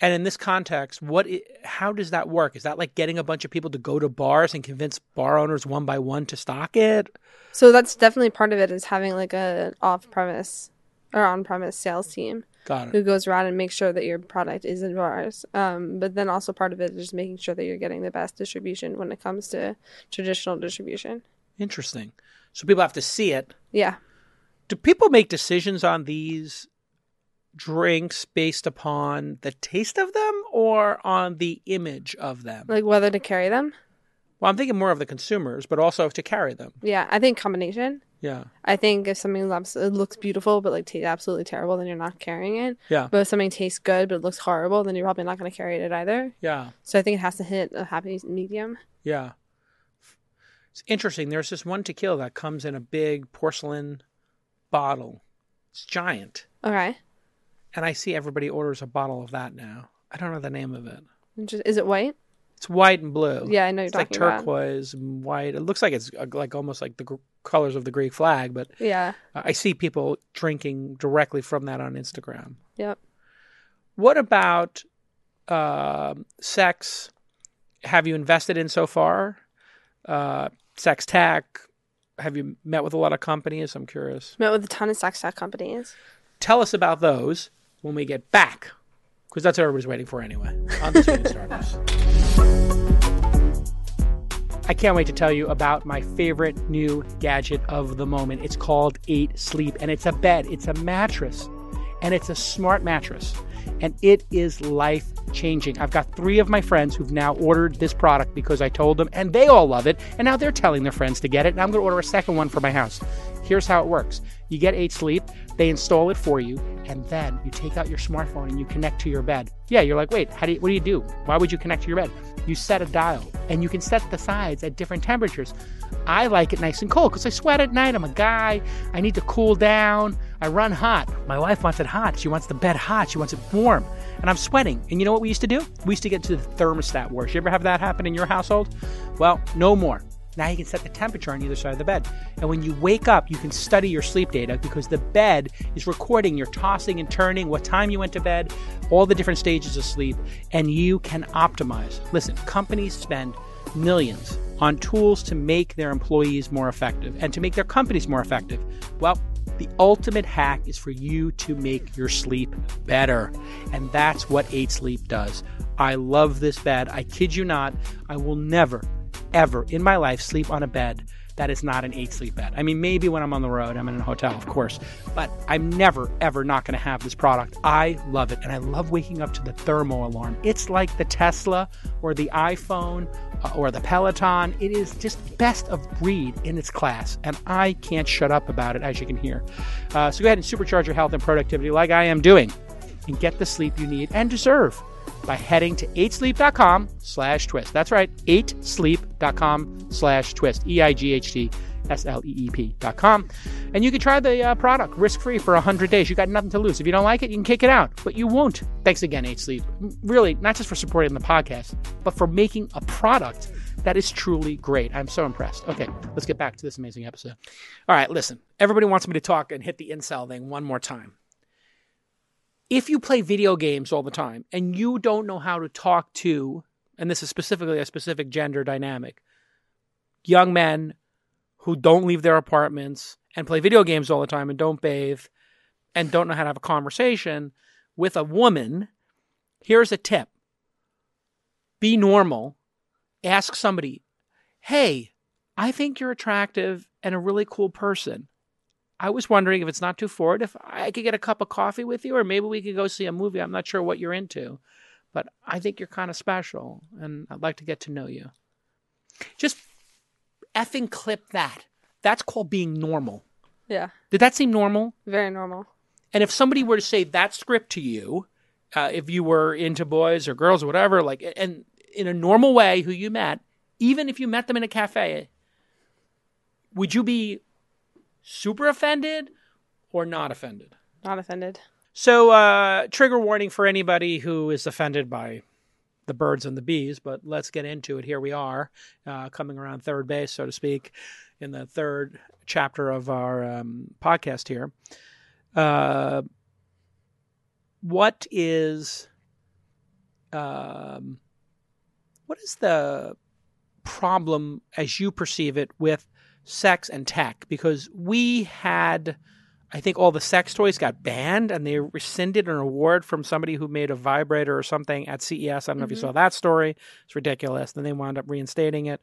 And in this context, what i- how does that work? Is that like getting a bunch of people to go to bars and convince bar owners one by one to stock it? So that's definitely part of it is having like a off premise or on premise sales team Got it. who goes around and makes sure that your product is in bars. Um, but then also part of it is just making sure that you're getting the best distribution when it comes to traditional distribution. Interesting. So people have to see it. Yeah. Do people make decisions on these drinks based upon the taste of them or on the image of them? Like whether to carry them. Well, I'm thinking more of the consumers, but also to carry them. Yeah. I think combination. Yeah. I think if something looks, it looks beautiful but like t- absolutely terrible, then you're not carrying it. Yeah. But if something tastes good but it looks horrible, then you're probably not going to carry it either. Yeah. So I think it has to hit a happy medium. Yeah. It's interesting. There's this one tequila that comes in a big porcelain bottle. It's giant. Okay. And I see everybody orders a bottle of that now. I don't know the name of it. Just, is it white? It's white and blue. Yeah, I know you're It's like talking about. turquoise and white. It looks like it's uh, like almost like the gr- colors of the Greek flag, but Yeah. I see people drinking directly from that on Instagram. Yep. What about um sex? Have you invested in so far? Uh, sex tech? Have you met with a lot of companies? I'm curious. Met with a ton of sex tech companies. Tell us about those when we get back, because that's what everybody's waiting for anyway. On this week in startups. I can't wait to tell you about my favorite new gadget of the moment. It's called Eight Sleep, and it's a bed, it's a mattress, and it's a smart mattress, and it is life changing. I've got three of my friends who've now ordered this product because I told them, and they all love it, and now they're telling their friends to get it, and I'm gonna order a second one for my house. Here's how it works you get Eight Sleep, they install it for you, and then you take out your smartphone and you connect to your bed. Yeah, you're like, wait, how do you, what do you do? Why would you connect to your bed? You set a dial and you can set the sides at different temperatures. I like it nice and cold because I sweat at night. I'm a guy. I need to cool down. I run hot. My wife wants it hot. She wants the bed hot. She wants it warm. And I'm sweating. And you know what we used to do? We used to get to the thermostat wars. You ever have that happen in your household? Well, no more. Now you can set the temperature on either side of the bed. And when you wake up, you can study your sleep data because the bed is recording your tossing and turning, what time you went to bed, all the different stages of sleep, and you can optimize. Listen, companies spend millions on tools to make their employees more effective and to make their companies more effective. Well, the ultimate hack is for you to make your sleep better. And that's what 8 Sleep does. I love this bed. I kid you not, I will never, ever in my life sleep on a bed that is not an 8 Sleep bed. I mean, maybe when I'm on the road, I'm in a hotel, of course, but I'm never, ever not going to have this product. I love it. And I love waking up to the thermo alarm. It's like the Tesla or the iPhone uh, or the Peloton. It is just best of breed in its class, and I can't shut up about it, as you can hear. Uh, so go ahead and supercharge your health and productivity like I am doing, and get the sleep you need and deserve by heading to 8sleep.com slash twist. That's right, 8sleep.com slash twist, E E-I-G-H-T. S-L-E-E-P E dot com. And you can try the uh, product risk-free for 100 days. You got nothing to lose. If you don't like it, you can kick it out, but you won't. Thanks again, 8sleep. Really, not just for supporting the podcast, but for making a product that is truly great. I'm so impressed. Okay, let's get back to this amazing episode. All right, listen. Everybody wants me to talk and hit the incel thing one more time. If you play video games all the time and you don't know how to talk to, and this is specifically a specific gender dynamic, young men who don't leave their apartments and play video games all the time and don't bathe and don't know how to have a conversation with a woman, here's a tip be normal ask somebody, hey, I think you're attractive and a really cool person. I was wondering if it's not too forward, if I could get a cup of coffee with you, or maybe we could go see a movie. I'm not sure what you're into, but I think you're kind of special and I'd like to get to know you. Just effing clip that. That's called being normal. Yeah. Did that seem normal? Very normal. And if somebody were to say that script to you, uh, if you were into boys or girls or whatever, like, and in a normal way, who you met, even if you met them in a cafe, would you be super offended or not offended? Not offended. So, uh, trigger warning for anybody who is offended by the birds and the bees, but let's get into it. Here we are, uh, coming around third base, so to speak, in the third chapter of our um, podcast here. Uh, what is um, what is the problem as you perceive it with sex and tech? Because we had, I think, all the sex toys got banned, and they rescinded an award from somebody who made a vibrator or something at CES. I don't know if you Mhm. saw that story. It's ridiculous. Then they wound up reinstating it.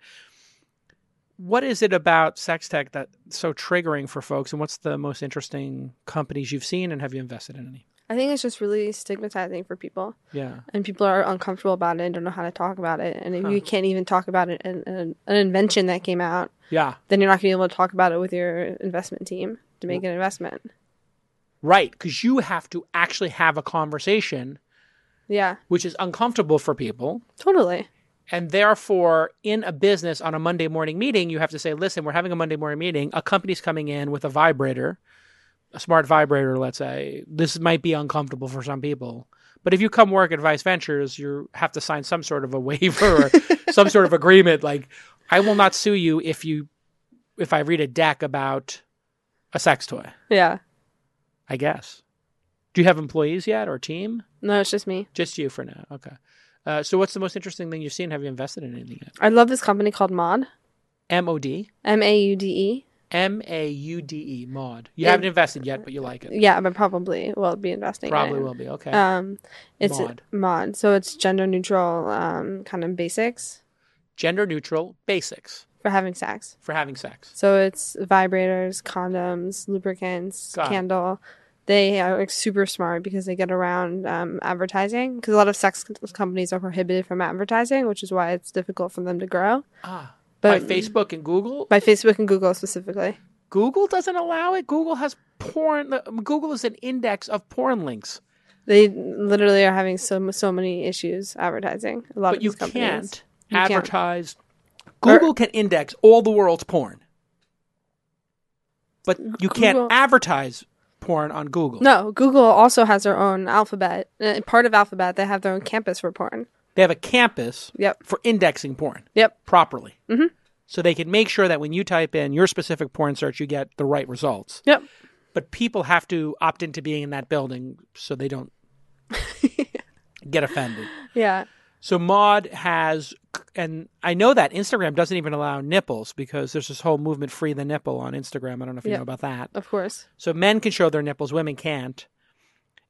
What is it about sex tech that's so triggering for folks, and what's the most interesting companies you've seen, and have you invested in any? I think it's just really stigmatizing for people, Yeah. and people are uncomfortable about it and don't know how to talk about it. And if Huh. you can't even talk about it, an, an, an invention that came out, Yeah. then you're not going to be able to talk about it with your investment team to make an investment. Right, because you have to actually have a conversation, Yeah, which is uncomfortable for people. totally. And therefore, in a business on a Monday morning meeting, you have to say, listen, we're having a Monday morning meeting. A company's coming in with a vibrator, a smart vibrator, let's say. This might be uncomfortable for some people. But if you come work at Vice Ventures, you have to sign some sort of a waiver or some sort of agreement. Like, I will not sue you if you if I read a deck about a sex toy, Yeah. I guess. Do you have employees yet or a team? No, it's just me. Just you for now. Okay. Uh, so what's the most interesting thing you've seen? Have you invested in anything yet? I love this company called Mod, M O D M A U D E. M A U D E mod. You Yeah. haven't invested yet, but you like E. it. Yeah, but probably will be investing. in Probably it. will be. Okay. Um, it's Mod. mod. so it's gender neutral, um, kind of basics Gender neutral basics for having sex. for having sex. So it's vibrators, condoms, lubricants, Got it. candle. They are like super smart because they get around um, advertising because a lot of sex co- companies are prohibited from advertising, which is why it's difficult for them to grow. Ah. But by Facebook and Google. by Facebook and Google specifically. Google doesn't allow it. Google has porn. Google is an index of porn links, They literally are having so so many issues advertising. A lot but of you these companies. can't You can't. advertise. Or- Google can index all the world's porn, but you can't Google- advertise porn on Google. No, Google also has their own alphabet. Uh, part of Alphabet, they have their own campus for porn. They have a campus Yep. for indexing porn. Yep. properly. Mhm. So they can make sure that when you type in your specific porn search, you get the right results. Yep. But people have to opt into being in that building so they <laughs> don't get offended. Yeah. So Maud has, and I know that Instagram doesn't even allow nipples because there's this whole movement free the nipple on Instagram. I don't know if you Yeah. know about that. Of course. So men can show their nipples, women can't.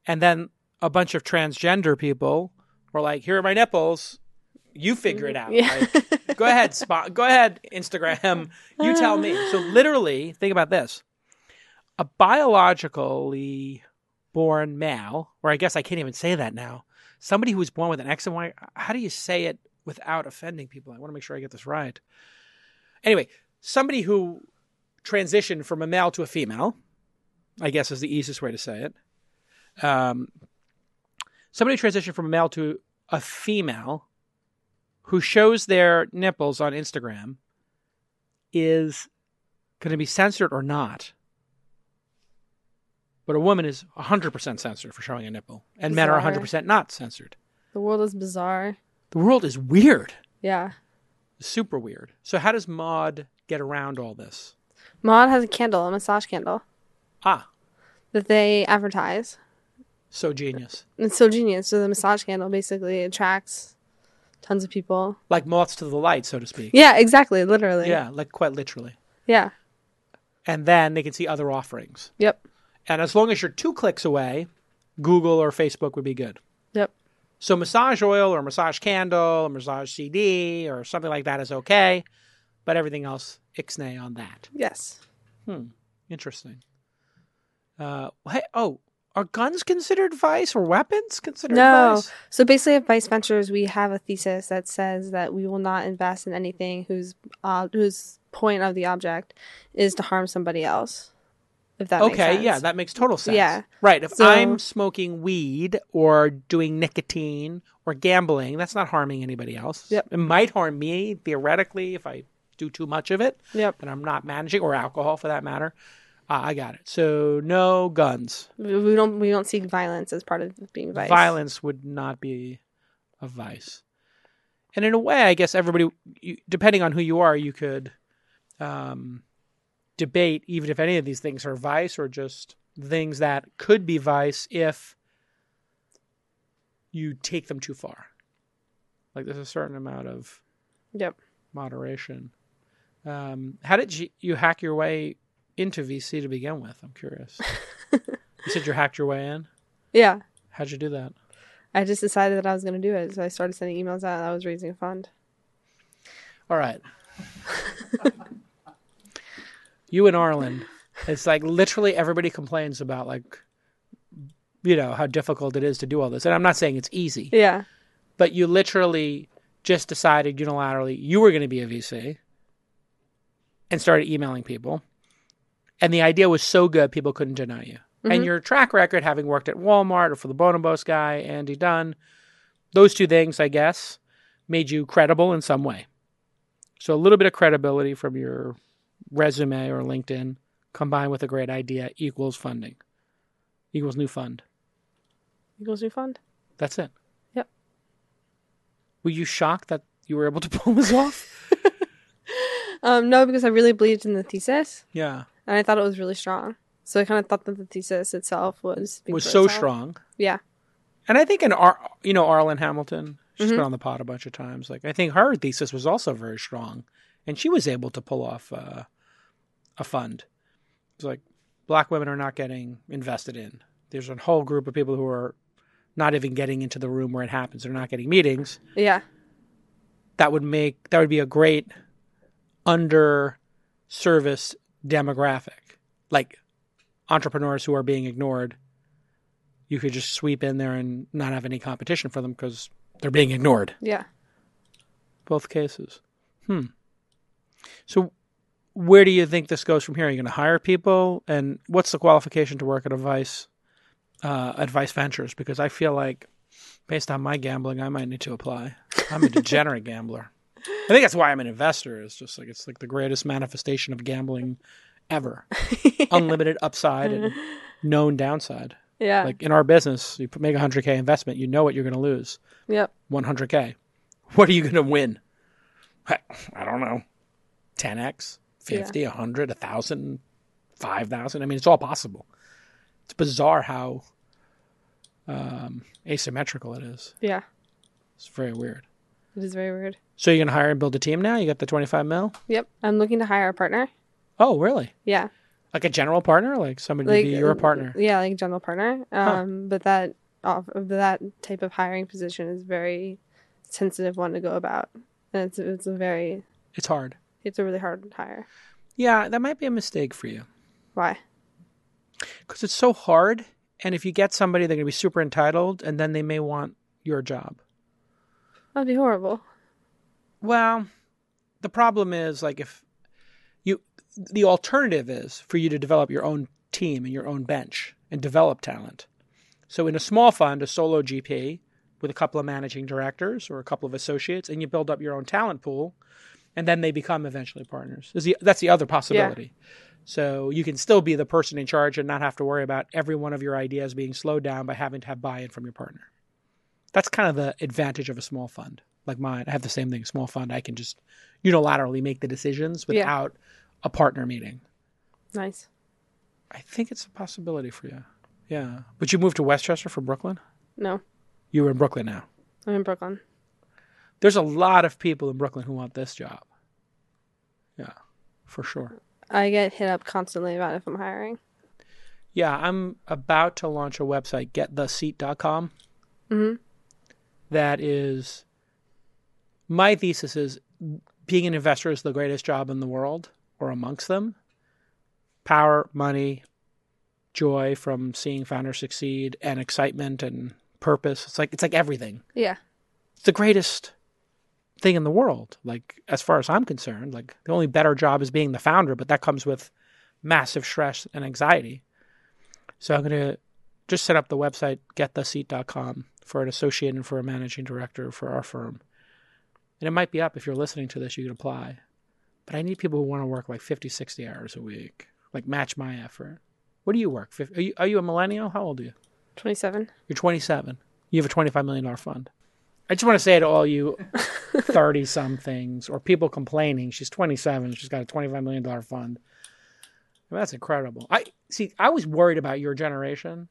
And then a bunch of transgender people were like, "Here are my nipples. You figure it out. Mm-hmm. Yeah. Like, go ahead, spot. Go ahead, Instagram. You tell me." So literally, think about this: a biologically born male, or I guess I can't even say that now. Somebody who was born with an X and Y. How do you say it without offending people? I want to make sure I get this right. Anyway, somebody who transitioned from a male to a female, I guess is the easiest way to say it. Um, somebody transitioned from a male to a female who shows their nipples on Instagram is going to be censored or not. But a woman is 100% censored for showing a nipple, and men are Bizarre. 100% not censored. <laughs> The world is bizarre. The world is weird, Yeah. super weird. So, how does Maud get around all this? Mod has a candle, a massage candle Ah, that they advertise. so genius. It's so genius. So the massage candle basically attracts tons of people. Like moths to the light, so to speak. Yeah, exactly. Literally. Yeah, like quite literally. Yeah. And then they can see other offerings. Yep. And as long as you're two clicks away, Google or Facebook would be good. Yep. So massage oil or massage candle or massage CD or something like that is okay, but everything else ixnay on that. Yes. Interesting. Uh, hey, oh, are guns considered vice or weapons considered No. vice? So basically, at Vice Ventures, we have a thesis that says that we will not invest in anything whose uh, whose point of the object is to harm somebody else. If that makes okay, sense. yeah, that makes total sense. Yeah. Right. If So- I'm smoking weed or doing nicotine or gambling, that's not harming anybody else. Yep. It might harm me theoretically if I do too much of it Yep. and I'm not managing, or alcohol for that matter. Ah, I got it. So no guns. We we don't we don't see violence as part of being vice. Violence would not be a vice. And in a way, I guess everybody, you, depending on who you are, you could um, debate even if any of these things are vice or just things that could be vice if you take them too far. Like there's a certain amount of Yep. moderation. Um, how did you, you hack your way into VC to begin with? I'm curious. you said you hacked your way in. Yeah. How'd you do that? I just decided that I was going to do it. So I started sending emails out and I was raising a fund. All right. you and Arlen. It's like literally everybody complains about like you know how difficult it is to do all this. And I'm not saying it's easy, Yeah. but you literally just decided unilaterally you were going to be a VC and started emailing people. And the idea was so good people couldn't deny you. And your track record having worked at Walmart or for the Bonobos guy, Andy Dunn, those two things, I guess, made you credible in some way. So a little bit of credibility from your resume or LinkedIn combined with a great idea equals funding, equals new fund. Equals new fund. That's it. Yep. Were you shocked that you were able to <laughs> pull this off? Um, no, because I really believed in the thesis yeah. and I thought it was really strong. So I kind of thought that the thesis itself was speak was for so itself. strong. Yeah. And I think in Ar- you know Arlen Hamilton, she's Mm-hmm. been on the pod a bunch of times. Like I think her thesis was also very strong, and she was able to pull off uh, a fund. It's like black women are not getting invested in. There's a whole group of people who are not even getting into the room where it happens. They're not getting meetings. Yeah. that would make that would be a great under service demographic like entrepreneurs who are being ignored you could just sweep in there and not have any competition for them because they're being ignored Yeah. both cases hmm so where do you think this goes from here are you going to hire people and what's the qualification to work at advice uh, advice ventures because i feel like based on my gambling i might need to apply i'm a degenerate gambler i think that's why i'm an investor it's just like it's like the greatest manifestation of gambling ever unlimited upside and known downside Yeah. like in our business you make a 100k investment you know what you're going to lose yep. 100k. What are you going to win? I, I don't know. 10x, 50, 100, 1,000, 5,000. I mean, it's all possible. It's bizarre how um, asymmetrical it is. Yeah. It's very weird. It is very weird. So you're going to hire and build a team now? You got the 25 mil? Yep. I'm looking to hire a partner. Oh, really? Yeah. Like a general partner? Like somebody to be your uh, partner? Yeah, like general partner. Um, but that off of that type of hiring position is very sensitive one to go about, and it's it's a very It's hard. it's a really hard hire. Yeah, that might be a mistake for you. Why? because it's so hard. And if you get somebody, they're going to be super entitled, and then they may want your job. That'd be horrible. Well, the problem is like if you the alternative is for you to develop your own team and your own bench and develop talent. So in a small fund, a solo GP with a couple of managing directors or a couple of associates and you build up your own talent pool and then they become eventually partners. Is the, that's the other possibility. So you can still be the person in charge and not have to worry about every one of your ideas being slowed down by having to have buy-in from your partner that's kind of the advantage of a small fund like mine i have the same thing small fund i can just unilaterally make the decisions Yeah. without a partner meeting Nice. i think it's a possibility for you yeah but you moved to westchester from brooklyn No, you were in brooklyn now I'm in Brooklyn. there's a lot of people in brooklyn who want this job yeah for sure I get hit up constantly about if I'm hiring. Yeah, I'm about to launch a website, gettheseat.com. Mhm. That is my thesis is being an investor is the greatest job in the world or amongst them. Power, money, joy from seeing founders succeed and excitement and purpose. It's like it's like everything. Yeah. It's the greatest thing in the world. Like as far as I'm concerned, like the only better job is being the founder, but that comes with massive stress and anxiety. So I'm going to just set up the website, gettheseat.com, for an associate and for a managing director for our firm. And it might be up if you're listening to this, you can apply. But I need people who want to work like 50, 60 hours a week, like match my effort. What do you work? Fif- Are you, are you a millennial? How old are you? 27. You're 27. You have a $25 million fund. I just want to say to all you 30 somethings or people complaining, she's 27, she's got a $25 million fund. I mean, that's incredible. I see, I was worried about your generation.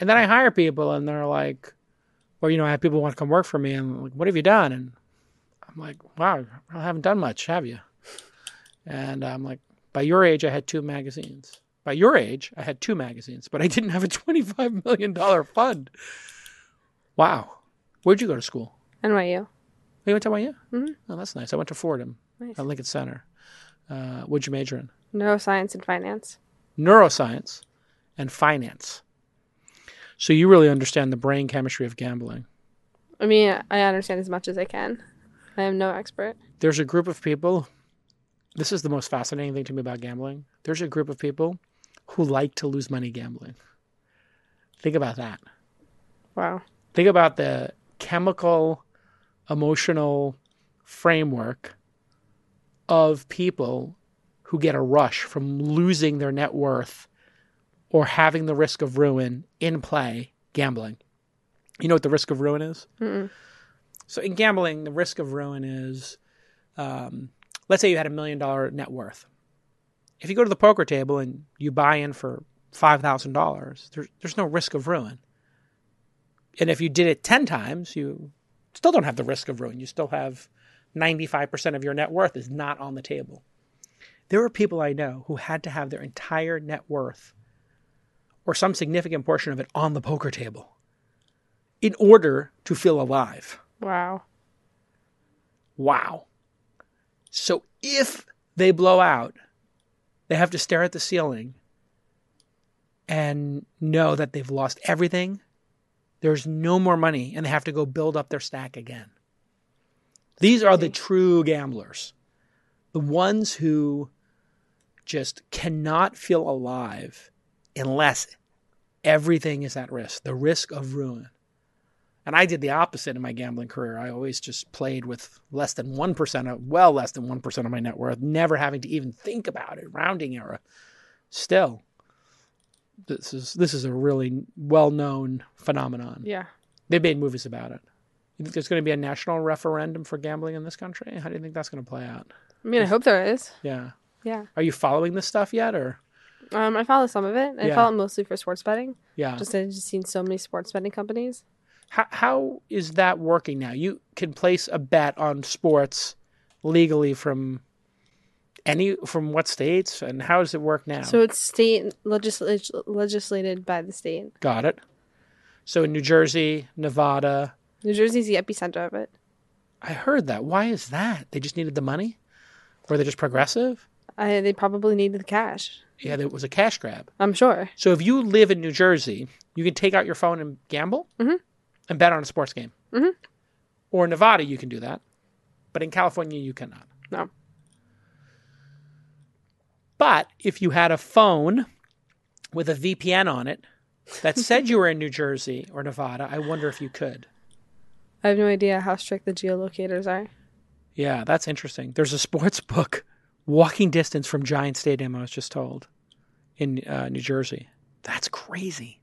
And then I hire people and they're like, or you know, I have people want to come work for me, and like, what have you done? And I'm like, wow, I haven't done much, have you? And I'm like, by your age, I had two magazines. By your age, I had two magazines, but I didn't have a $25 million fund. Wow. Where'd you go to school? NYU. Oh, You went to NYU? Mhm. Oh, that's nice. I went to Fordham Nice. at Lincoln Center. Uh, what'd you major in? Neuroscience and finance. Neuroscience and finance. So you really understand the brain chemistry of gambling. I mean, I understand as much as I can. I am no expert. there's a group of people this is the most fascinating thing to me about gambling there's a group of people who like to lose money gambling think about that Wow. think about the chemical emotional framework of people who get a rush from losing their net worth or having the risk of ruin in play gambling you know what the risk of ruin is Mm-mm. so in gambling, the risk of ruin is, um, let's say you had a million dollar net worth. If you go to the poker table and you buy in for five thousand dollars, there's there's no risk of ruin. And if you did it ten times, you still don't have the risk of ruin. You still have ninety five percent of your net worth is not on the table. There were people I know who had to have their entire net worth or some significant portion of it on the poker table in order to feel alive. Wow. Wow. So if they blow out, they have to stare at the ceiling and know that they've lost everything. There's no more money, and they have to go build up their stack again. These are the true gamblers, the ones who just cannot feel alive unless everything is at risk, the risk of ruin. And I did the opposite in my gambling career. I always just played with less than 1% of, well, less than 1% of my net worth, never having to even think about it, rounding error. Still, this is this is a really well-known phenomenon. Yeah. They made movies about it. You think there's going to be a national referendum for gambling in this country? How do you think that's going to play out? I mean, I hope there is. Yeah. Yeah. Are you following this stuff yet or Um, I follow some of it. I Yeah. follow it mostly for sports betting. yeah. Just I've just seen so many sports betting companies. how, how is that working now? You can place a bet on sports legally from any from what states and how does it work now? So it's state legisl- legislated by the state. Got it. So in New Jersey, Nevada, New Jersey's the epicenter of it. I heard that. Why is that? They just needed the money? Were they just progressive? I, they probably needed the cash. Yeah, it was a cash grab. I'm sure. So if you live in New Jersey, you can take out your phone and gamble Mhm. and bet on a sports game. Mhm. Or in Nevada, you can do that. But in California, you cannot. No. But if you had a phone with a VPN on it that said you were in New Jersey or Nevada, I wonder if you could. I have no idea how strict the geolocators are. Yeah, that's interesting. There's a sports <laughs> book walking distance from Giant Stadium, I was just told, in uh, New Jersey. That's crazy.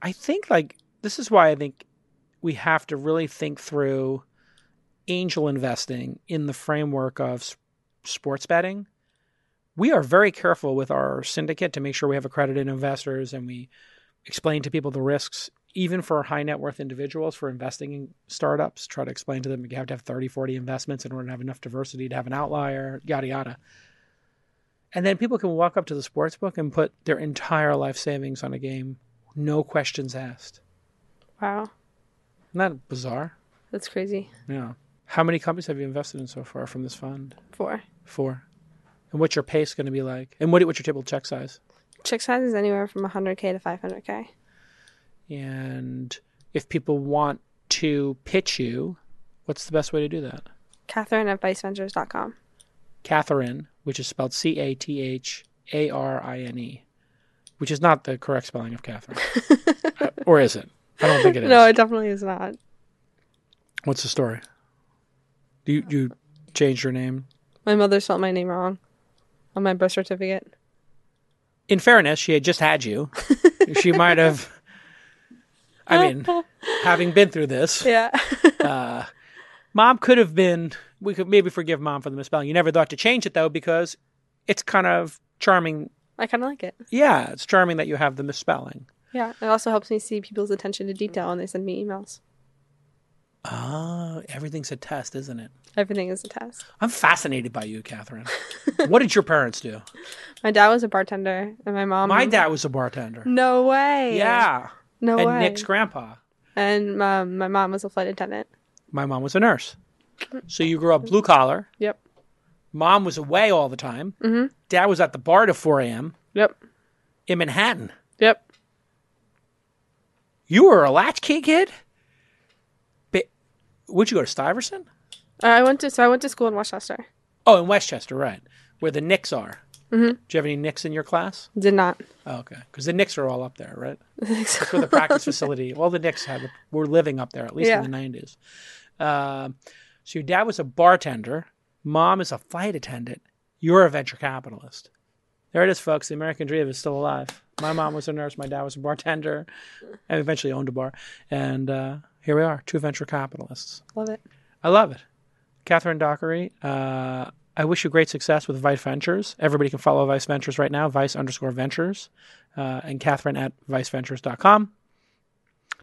I think, like, this is why I think we have to really think through angel investing in the framework of s- sports betting. We are very careful with our syndicate to make sure we have accredited investors and we explain to people the risks even for high net worth individuals for investing in startups try to explain to them you have to have 30 40 investments in order to have enough diversity to have an outlier yada yada and then people can walk up to the sports book and put their entire life savings on a game no questions asked Wow. isn't that bizarre That's crazy. yeah how many companies have you invested in so far from this fund Four. four and what's your pace going to be like and what, what's your typical check size Check size is anywhere from 100K to 500K. And if people want to pitch you, what's the best way to do that? Catherine at viceventures.com. Catherine, which is spelled C A T H A R I N E, which is not the correct spelling of <laughs> Catherine. Uh, or is it? I don't think it is. No, it definitely is not. What's the story? Do you, you changed your name? My mother spelled my name wrong on my birth certificate. In fairness, she had just had <laughs> you. she might have. I <laughs> mean, having been through this. Yeah. Mom could have been. We could maybe forgive mom for the misspelling. You never thought to change it though, because it's kind of charming. <laughs> I kind of like it. Yeah, it's charming that you have the misspelling. Yeah, it also helps me see people's attention to detail when they send me emails. Ah, everything's a test, isn't it? Everything is a test. I'm fascinated by you, Catherine. what did your parents <laughs> do? My dad was a bartender, and my mom. My dad was a bartender. No way. Yeah. No and way. Nick's grandpa. and um, my mom was a flight attendant. My mom was a nurse. So you grew up blue collar. Yep. Mom was away all the time. Mm-hmm. Dad was at the bar to 4 a.m. Yep. in Manhattan. Yep. You were a latchkey kid? Ba- Would you go to Stuyvesant? Uh, I went to so I went to school in Westchester. Oh, in Westchester, right, where the Knicks are. Mm-hmm. Do you have any Knicks in your class? Did not. Oh, okay, because the Knicks are all up there, right? That's where <laughs> the practice facility. All the Knicks have were living up there at least Yeah. in the nineties. Um, so your dad was a bartender, mom is a flight attendant. You're a venture capitalist. There it is, folks. The American dream is still alive. My mom was a nurse. My dad was a bartender, and eventually owned a bar. And uh, here we are, two venture capitalists. Love it. I love it. Catherine Dockery, uh, I wish you great success with Vice Ventures. Everybody can follow Vice Ventures right now, Vice underscore Ventures, uh, and Catherine at viceventures.com.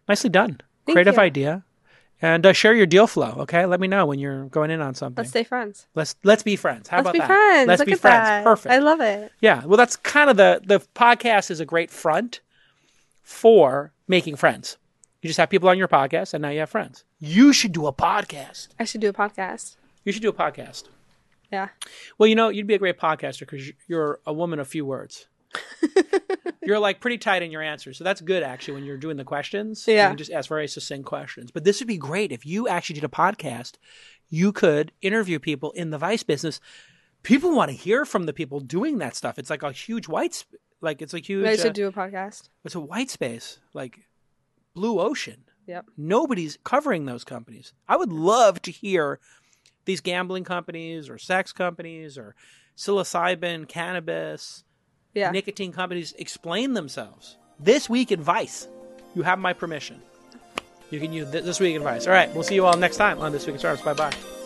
Nicely done. Thank Creative you. idea. And uh, share your deal flow, okay? Let me know when you're going in on something. Let's stay friends. let's, let's be friends. How Let's about be that? friends. Let's Look be at friends. that. Perfect. I love it. Yeah. Well, that's kind of the the podcast is a great front for making friends. You just have people on your podcast, and now you have friends. You should do a podcast. I should do a podcast. You should do a podcast. Yeah. Well, you know, you'd be a great podcaster because you're a woman of few <laughs> words. you're like pretty tight in your answers, so that's good actually when you're doing the questions. you Yeah. can just ask very succinct questions. But this would be great if you actually did a podcast. You could interview people in the vice business. People want to hear from the people doing that stuff. It's like a huge white, sp- like it's a huge, I uh, should do a podcast. it's a white space, like blue ocean Yep. nobody's covering those companies. I would love to hear these gambling companies or sex companies or psilocybin, cannabis, Yeah. nicotine companies explain themselves. This week in Vice, you have my permission. You can use th- this week in Vice. All right, we'll see you all next time on This Week in Startups. Bye bye.